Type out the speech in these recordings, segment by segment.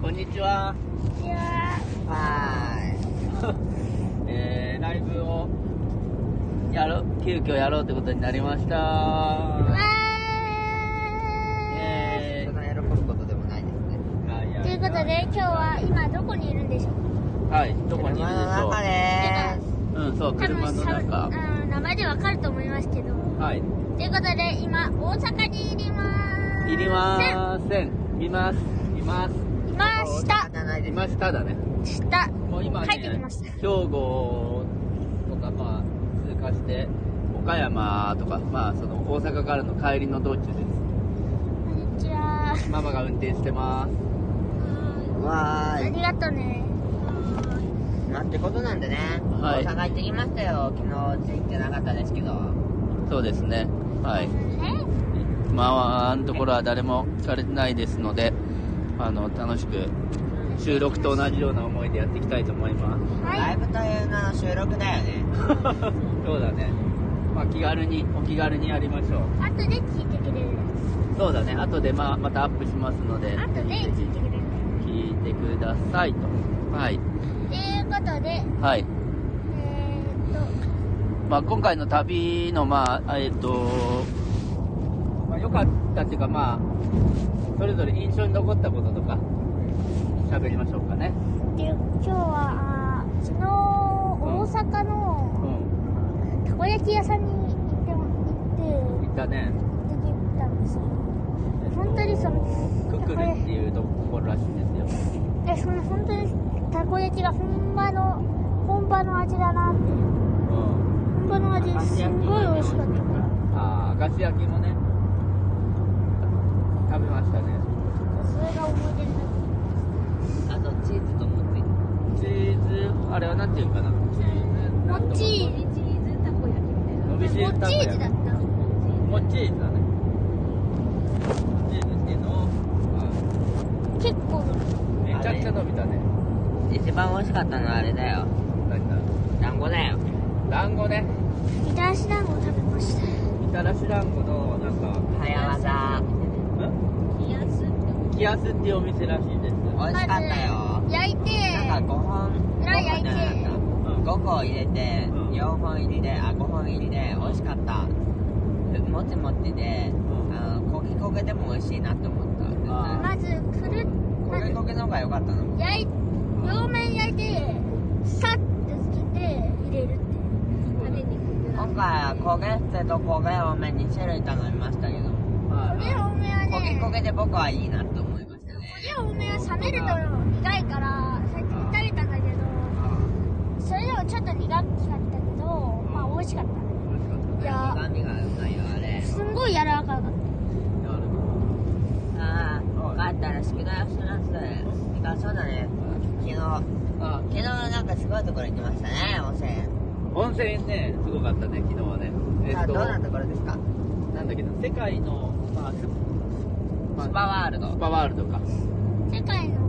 こんにちは。いやはーい。えー、ライブを、やろ、急遽やろうってことになりました。ーわえ人ーが喜ぶことでもないですね。はいーということで今日は今どこにいるんでしょうはい、どこにいる車でしのょ中でう。うん、そう、多分車の中。うん名前でわかると思いますけどはい。ということで今大阪にいりますいりまーせん。います。います。いまーす。したじゃないいです。ましただね。したもう今ね、帰ってきました兵庫とか、まあ、通過して、岡山とか、まあ、その大阪からの帰りの道中です。こんにちはママが運転してます。わあーりがとうねい。なんてことなんでね。はい大阪行ってきましたよ。昨日、ついてなかったですけど。そうですね。はい。まあ、のところは誰も聞かれてないですので、あの、楽しく、収録と同じような思いでやっていきたいと思います。えはライいブという名の収録だよね。そうだね。まあ、気軽に、お気軽にやりましょう。後で聞いてくれるそうだね。後で、まあ、またアップしますので、後でぜひぜ聞いてくれるひ聞いてくださいと。はい。ということではい。えーっとまあ、今回の旅の、まあ、えっ、と、まあ、良かったっていうか、まあ、それぞれ印象に残ったこととか、喋りましょうかね。で今日はあー昨日大阪うのん。たこ焼き屋さんに行っても行って行ったね。出てきたんですよ本当にそのククルっていうところらしいんですよ。えその本当にたこ焼きが本場の本場の味だなってう本ん。場の味すんごい美味しかったああ、ガシ焼きもね、食べましたね。それが思い出になってあと、チーズともついて。チーズ、あれはなんていうかな。チーズ、なんとももっちチー伸びしろもったこちー焼ズきだったもうチーズだね。チーズっていうのを、あ結構めちゃくちゃ伸びたね。一番美味しかったのはあれだよ。何だ団子だよ。団子ね。みたらし団子食べましたみたらし団子の、なんか、早技。ん浮きやすっていうお店らしいです。美味しかったよ。まず焼いてなんか5本。裏焼いて5個入れて、うん4本入りで、あ、5本入りで、美味しかった。もちもちで、んあの、焦げ焦げでも美味しいなって思った。あまずくるっま焦ずげ焦げの方が良かったの。焼い両面焼いてさってつけて入れるって今回は焦げ捨てと焦げ多め2種類頼みましたけこれど、多めは焦げね焦げで僕はいいなって思いましたこね。れ多めは冷めると苦いからさっき食べたんだけどそれでもちょっと苦かったけどまあ美味しかったいや何がうまいよ、あれ。すんごい柔らかかったああ、帰ったら宿題をします。あ、そうだね。昨日、あ昨日なんかすごいところ行きましたね、温泉。温泉ね、すごかったね、昨日はね。えさっあ、と、どんなところですかなんだっけな、世界の、まあ、ススパワールド。スパワールドか。世界の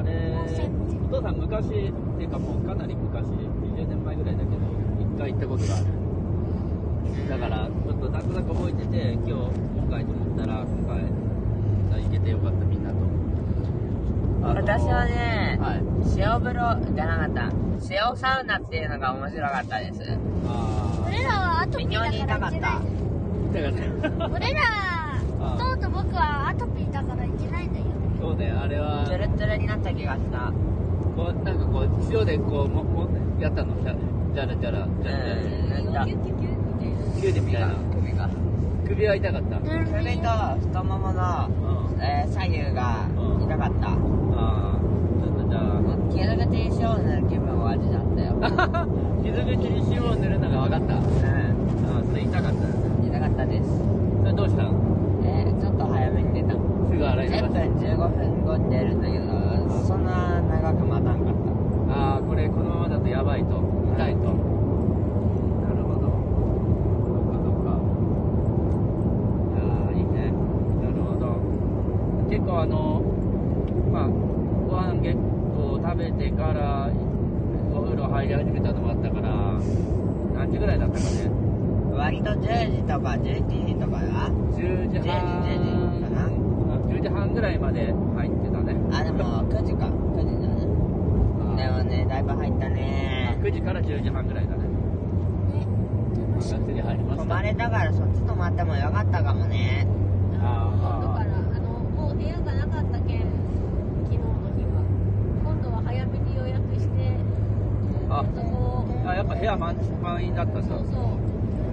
あれ、お父さん昔、っていうかもうかなり昔、20年前ぐらいだけど、一回行ったことがある。だから、ちょっとなんとなく覚えてて、今日、今回と思ったら、今回、行けてよかった、みんなと。あの私は、ね、はい。塩風呂じゃなかった塩サウナっていうのが面白かったですあ俺らはアトピーだからいけないーだからね、 俺らは弟と僕はアトピーだからいけないんだよそうね、あれはツ、ルツルになった気がしたこうなんかこう、塩でこう、も、も、やったの、じゃ、じゃらじゃら、うじゃらじゃんら、なんかキューでみたいな。首が首は痛かった。ルール首にと太ももの、うん。えー左右が痛かったああ、ちょっとじゃあ、気軽に塩を塗る気分は味だったよ、傷口に塩を塗るのが分かった。うあそれ痛かった。ん、痛かったですそれどうしたのえーちょっと早めに出たすぐ洗い流10した。分15分後に出るんだけどそんな長く待たんかったああ、これこのままだとやばいと。痛いと。なるほど。そうかそうか。ああ、いいね。なるほど。結構あの、まあ、ご飯結構食べてから、お風呂入り始めたのもあったから、何時ぐらいだったかね。割と10時とか11時とかだ10時半10時10時かなあ11 10時半ぐらいまで入ってたねあでも9時か9時だねでもねだいぶ入ったね9時から10時半ぐらいだねね楽しいに入りま泊まれたからそっち泊まってもよかったかもね今度かあらあのもう部屋がなかったけん昨日の日は今度は早めに予約してああそこあやっぱ部屋満満員だったんそだうそう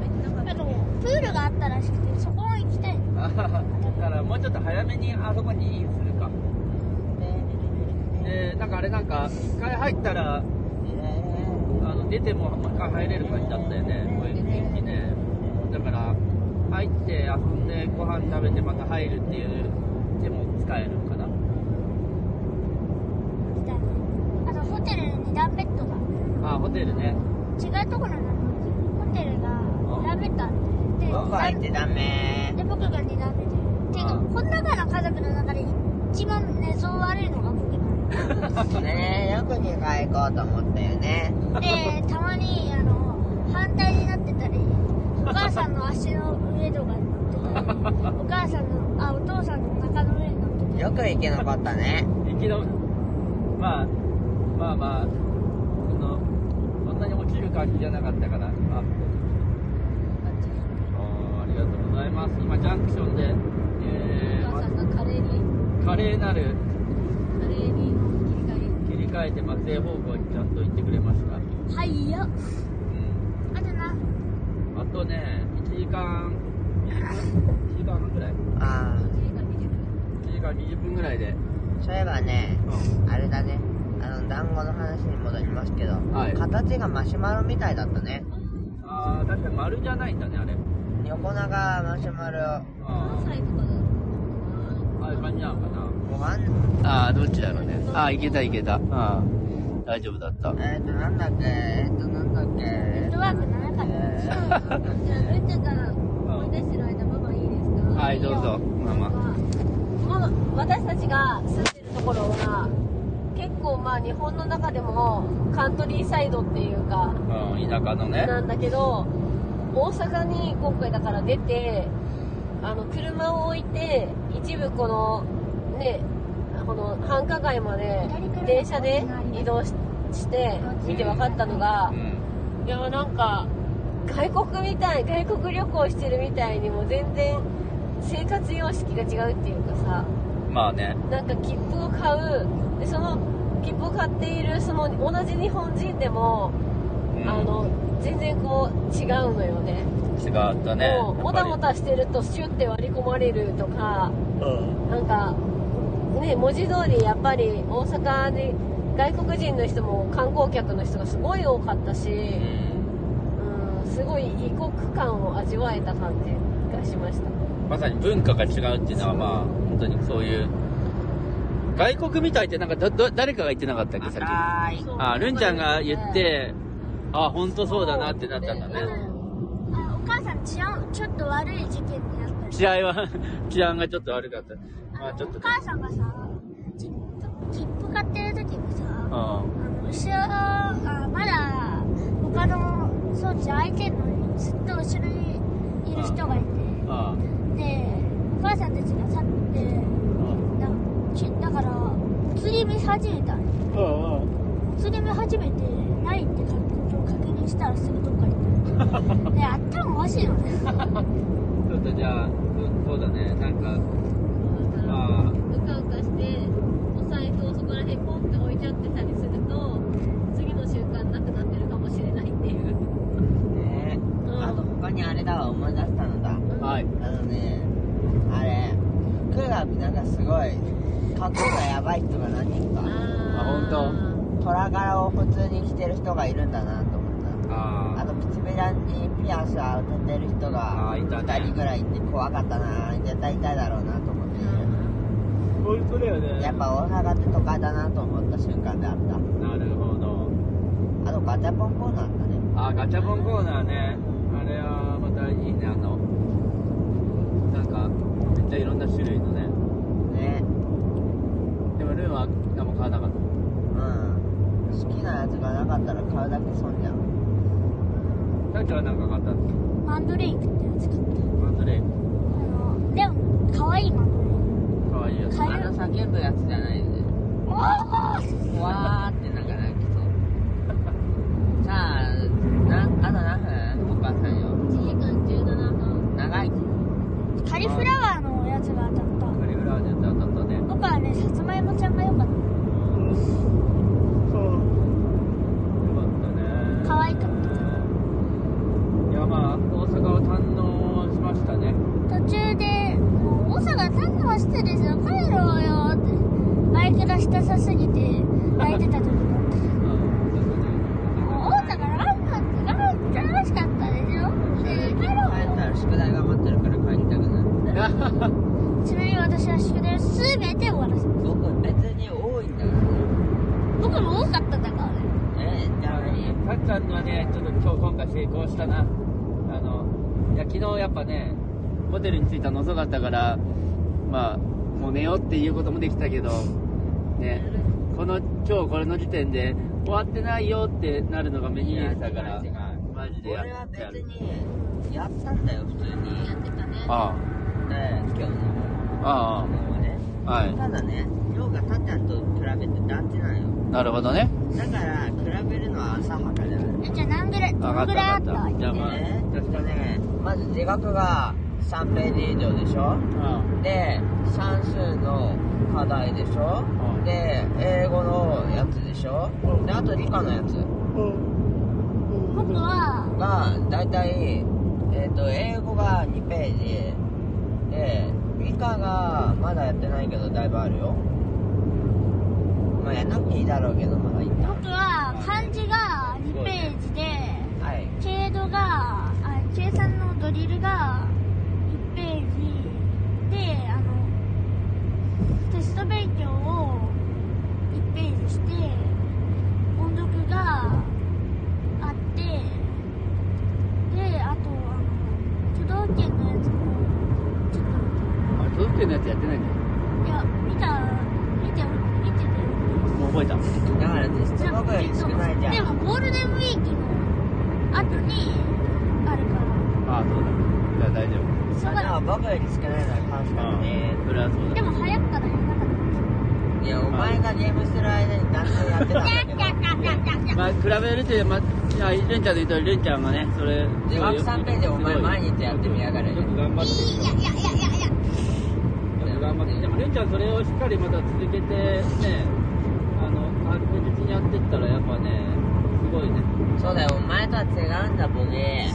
なんなんかかねプールがあったらしくてそこも行きたいあははだからもうちょっと早めにあそこにインするかでなんかあれなんか1回入ったらあの出てももう一回入れる感じだったよね、こういう天気ね。だから、入って遊んで、ご飯食べて、また入るっていう手も使えるかな。行きたいあとホテルに2段ベッドがあ、ホテルね。違うところなのホテルが2段ベッドあってで僕は行ってダメで僕が2段目でていうあかあこの中の家族の中で一番寝相悪いのが僕なねよく2回行こうと思ったよねのでたまにあの反対になってたりお母さんの足の上とかに乗ってたりお母さんのあお父さんのお腹の上に乗ってよく生き残ったね行きの、まあ、まあまあ、その、そんなに落ちる感じじゃなかったから、今。あーありがとうございます。今、ジャンクションで、えお母さんがカレーにー、華麗なるカレーに切切り替えり替えて、松江方向にちゃんと行ってくれました。たはいようんあとなあとね、1時間、1時間半ぐらいああ ?1 時間20分ぐらいで。そういえばねあれだねあの団子の話に戻りますけど、はい形がマシュマロみたいだったねああ、確かに丸じゃないんだね、あれ。横長マシュマロあ関西とかだーああいう感じなのかご飯な。ああ、どっちだろうね。ああ、いけたいけた。ああ、大丈夫だった。えっ、となんだっけえっ、となんだっけネットワークの中でえーじゃあルッチャが思い出してる間ママいいですかはい、どうぞ、ママ。まあ、私たちが住んでるところは結構まあ日本の中でもカントリーサイドっていうかうん、田舎のね。なんだけど大阪に今回だから出てあの車を置いて一部このねこの繁華街まで電車で移動しして見て分かったのがう、ん。いやなんか外国みたい外国旅行してるみたいにも全然生活様式が違うっていうかさまあね。なんか切符を買うでその切符を買っているその同じ日本人でも、うん、あの全然こう違うのよね違ったね。もうもたもたしてるとシュッて割り込まれるとかなんかね文字通りやっぱり大阪に外国人の人も観光客の人がすごい多かったし。やっぱりうん。うんすごい異国感を味わえた感じがしましたまさに文化が違うっていうのは、まあ、本当にそういう。外国みたいって、なんかど、ど、誰かが言ってなかったっけ、さっき。赤いあ、ルンちゃんが言って、あ、本当そうだなってなったんだね。あお母さん治安ちょっと悪い事件になったり治安は、治安がちょっと悪かった。まあちょっおと、母さんがさ切符切符買ってる時にさ、うあの後ろあまだ他の装置開いてるのにずっと後ろにいる人がいてん。あでお母さんたちが去ってだきだから釣り見始めたあ。あ釣り見始めてないって感じを確認したらすぐどっか行 ったね頭おかしいよねちょっとじゃあ、うんそうだね、なんか、まうかうかしてお財布をそこら辺ポンって置いちゃってたりすると 次の習慣なくなってるかもしれないっていうねあと他にあれだわ思い出したのだあ、はい。あのねあれクーラーなんかすごい格好がやばい人が何人かああトラ柄を普通に着てる人がいるんだなと思っあたああと唇にピアスを当ててる人があいたね2人ぐらいいて怖かったな絶対痛いだろうなと思っ本当だよてねやっぱ大阪って都会だなと思った瞬間であっなるほど。たあとガチャポンコーナーあったねあガチャポンコーナーねあれはまたいいねあのなんかめっちゃいろんな種類のねねでもルンは何も買わなかったうん好きなやつがなかったら買うだけ損じゃんタイちゃんは何か買ったんですかマンドレイクってやつ買ったマンドレイクあのレオン可愛いマンドレイクか可愛いやつかあの叫ぶやつじゃないよねおーわーってなんか泣き そうさあなあと何分お母さんよ1時間17分長いカリフラワーのやつが当たったカリフラワーのやつ当たったね僕はねさつまいもちゃんが良かっよかったね可愛かったいやまあ大阪を堪能しました ねた途中でもう大阪単語走ってるんですよ帰ろうよってバイクがしたさすぎて泣いてた時だったうんもう大阪ランプが楽しかったでしょで帰ろ帰っうたら宿題が待ってるから帰りたくなるよちなみに私は宿題を全て終わらせた僕別に多いんだからね僕も多かったんだからねえじゃあ何たっちゃんのはね、ちょっと今日今回成功したな。あの、いや、昨日やっぱね、ホテルに着いたの遅かったから、まあ、もう寝ようっていうこともできたけど、ね、この、今日これの時点で、終わってないよってなるのが目に見えてたからいや違う違、うマジでや俺はってや別る。にやったんだよ普通にやってたねあ今日のあ、あもねあ、はただね量がたっちゃんと比べて団地なんよい。なるほどね。だから比べるのは浅はかじゃないじゃあ何ぐらいどのぐらいあったわかったわかったじゃあまあえっとねまず字額が3ページ以上でしょあで算数の課題でしょうんで英語のやつでしょであと理科のやつ僕はが大体、えー、と英語が2ページで理科がまだやってないけどだいぶあるよまあやんなくていいだろうけどまだいいんだ僕は漢字が2ページではい経度があ計算のドリルが1ページであのテスト勉強を1ページして音読があってであとあの都道府県のやつもちょっとあ、都道府県のやつやってないんだよ。いや見た見て見てて。もう覚えた。だからテスト僕より少ないじゃんでもゴールデンウィークの後にあるからああ、そうだ。じゃあ大丈夫。すごあでもい僕より少ないのは確かにねそれはそうだで。も早くからやらなかっいやお前がゲームしてる間に団地やってたんだけどたまあ、比べると、まあ、いやレンちゃんと言ったら、レンちゃんがね、それ、で枠3ページお前毎日やってみやがれよく頑張ってるよ。いやいやいやいやよく頑張ってる。でも、レンちゃん、それをしっかりまた続けて、ね、あの、確実にやってったら、やっぱね、すごいね。そうだよお前とは違うんだボケ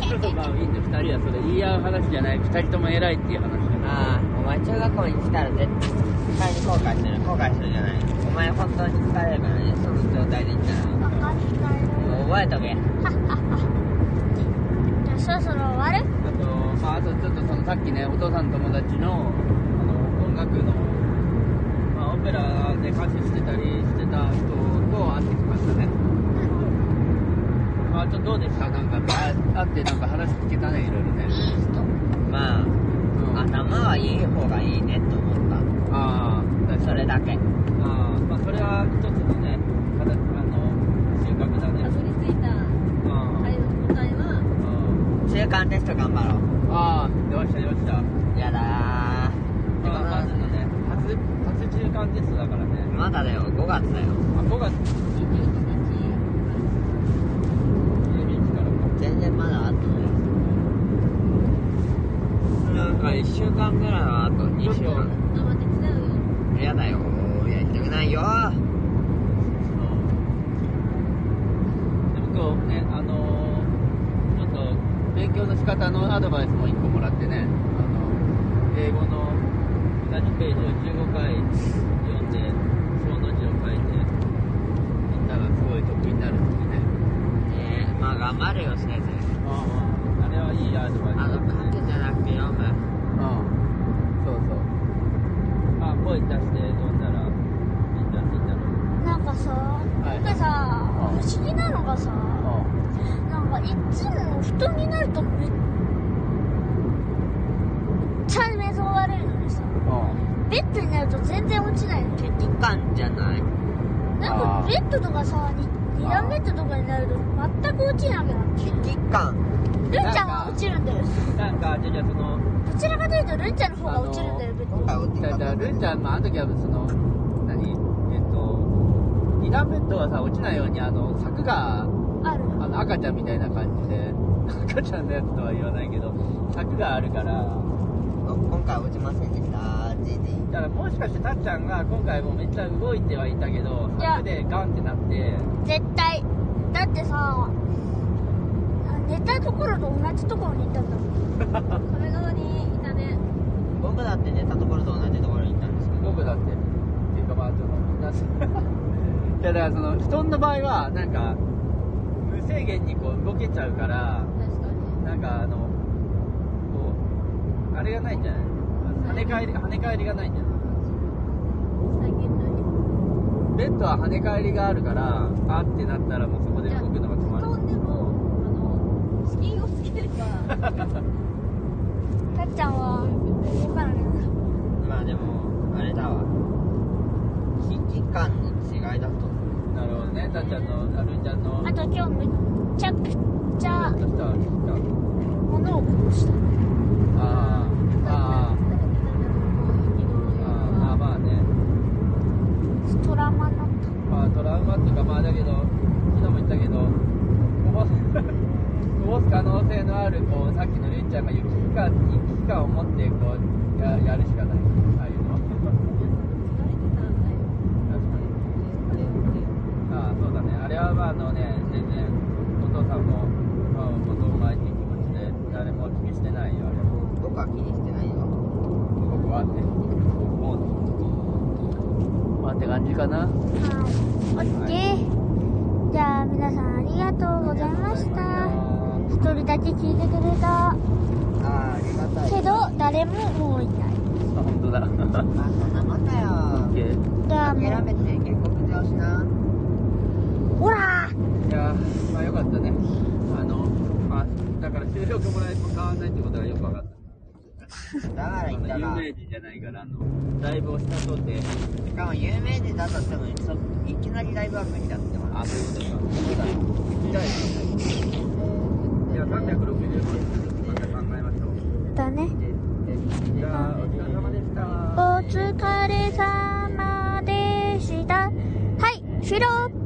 ちょっとまあ、いいんだ、2人はそれ言い合う話じゃない、2人とも偉いっていう話だから。ああお前中学校に来たら絶対に後悔する後悔するじゃないお前本当に疲れるからねその状態で行ったバらカみたいなもう覚えとけじゃあそろそろ終わるあと、まあ、あとちょっとそのさっきね、お父さんの友達の、あの、音楽の、まあ、オペラで歌手してたりしてた人と会ってきましたね。まあ、ちょっとどうでしたなんか、あ会ってなんか話聞けたね、いろいろね。いい人まうんあ頭はいい方がいいねと思っああ、た確そかに。れだけああ、まあ、それは一つのね、形、あの、収穫だね。たどり着いたうん彼の答えはうん中間テスト頑張ろああ、よっしゃよっしゃ。うやだーまあ、まずのね、初、初中間テストだからね。まだだよ5月だよまあ、5月21 12日からか。全然まだあとねなんか1週間ぐらいはあと2週間日あ待って違うよやだよやりたくないよでも今日ね、あのーちょっと勉強の仕方のアドバイスも1個もらってね、あの英語の同じページを15回読んで、小の字を書いて、いったらすごい得意になるってね。ねえまあ頑張れよ先生ああれはいいアドバイスあのだったね。書くじゃなくて読むうんそうそう。あ、声出して読んだら、いいんだ、いいんだろう。なんかさ、いなんかさうん不思議なのがさなんかいつも布団になるとめっちゃ目覚悪いのにさベッドになると全然落ちないの適感じゃないなんあかーベッドとかさに二段ベッドとかになると全く落ちなくなって適感るんちゃんは落ちるんだよなんか、じゃあじゃあその、どちらかというとるんちゃんの方が落ちるんだよベッドだよってだ言かっらたルンちゃん、まあ、あの時はその何えっと二段ベッドはさ落ちないようにあの柵があるあの赤ちゃんみたいな感じで 赤ちゃんのやつとは言わないけど柵があるから今回落ちませんでした GD だからもしかしてたっちゃんが今回もめっちゃ動いてはいたけどいや柵でガンってなって絶対だってさ寝たところと同じところに行ったんだもん壁側にいたね僕だって寝たところと同じところに行ったんですけど僕だってっていうかまあちょっと みんないやだからその布団の場合はなんか無制限にこう動けちゃうから確かになんかあのこうあれがないんじゃない跳ね返り跳ね返りがないんじゃない最近何ベッドは跳ね返りがあるからあってなったらもうそこで動くのが止まる布団でもあの資金をつけれ ばたっちゃんは動かないなまあでもあれだわ危機感の違いだと思うなるほどねたっちゃんのあるんちゃんのあと今日めっちゃくちゃそしたらそしたら物をこぼしたあーあーあーあーあまあねトラウマになっまあトラウマっていうかまあだけど昨日も言ったけどこぼすこぼす可能性のあるこうさっきのりんちゃんが雪期間に危機感を持ってこうややるしかないああいうの疲れてたんだよ確かにででああそうだねあれはまああのね全然お父さんも、まあ、お父さんっていう気持ちで誰も気にしてないよあれは僕は気にしてないよ僕はねもうまあって感じかたなはいオッケーじゃあ皆さんありがとうございました一人だけ聞いてくれたあーありがたいけど誰ももういないあ本当だ OK まあそんなもんだよじゃあも諦うめて下克上しなほらいやーまあよかったねあのまあだから収録もらえも変わんないってことがよく分かっただからあ言っのたが有名人じゃないからあのライブをしたとてしかも有名人だとしてもそいきなりライブは無理だってもあそういうことか無理だよじゃあいや365日また考えましょうだねじゃあお疲れ様でしたお疲れ様でしたはい終了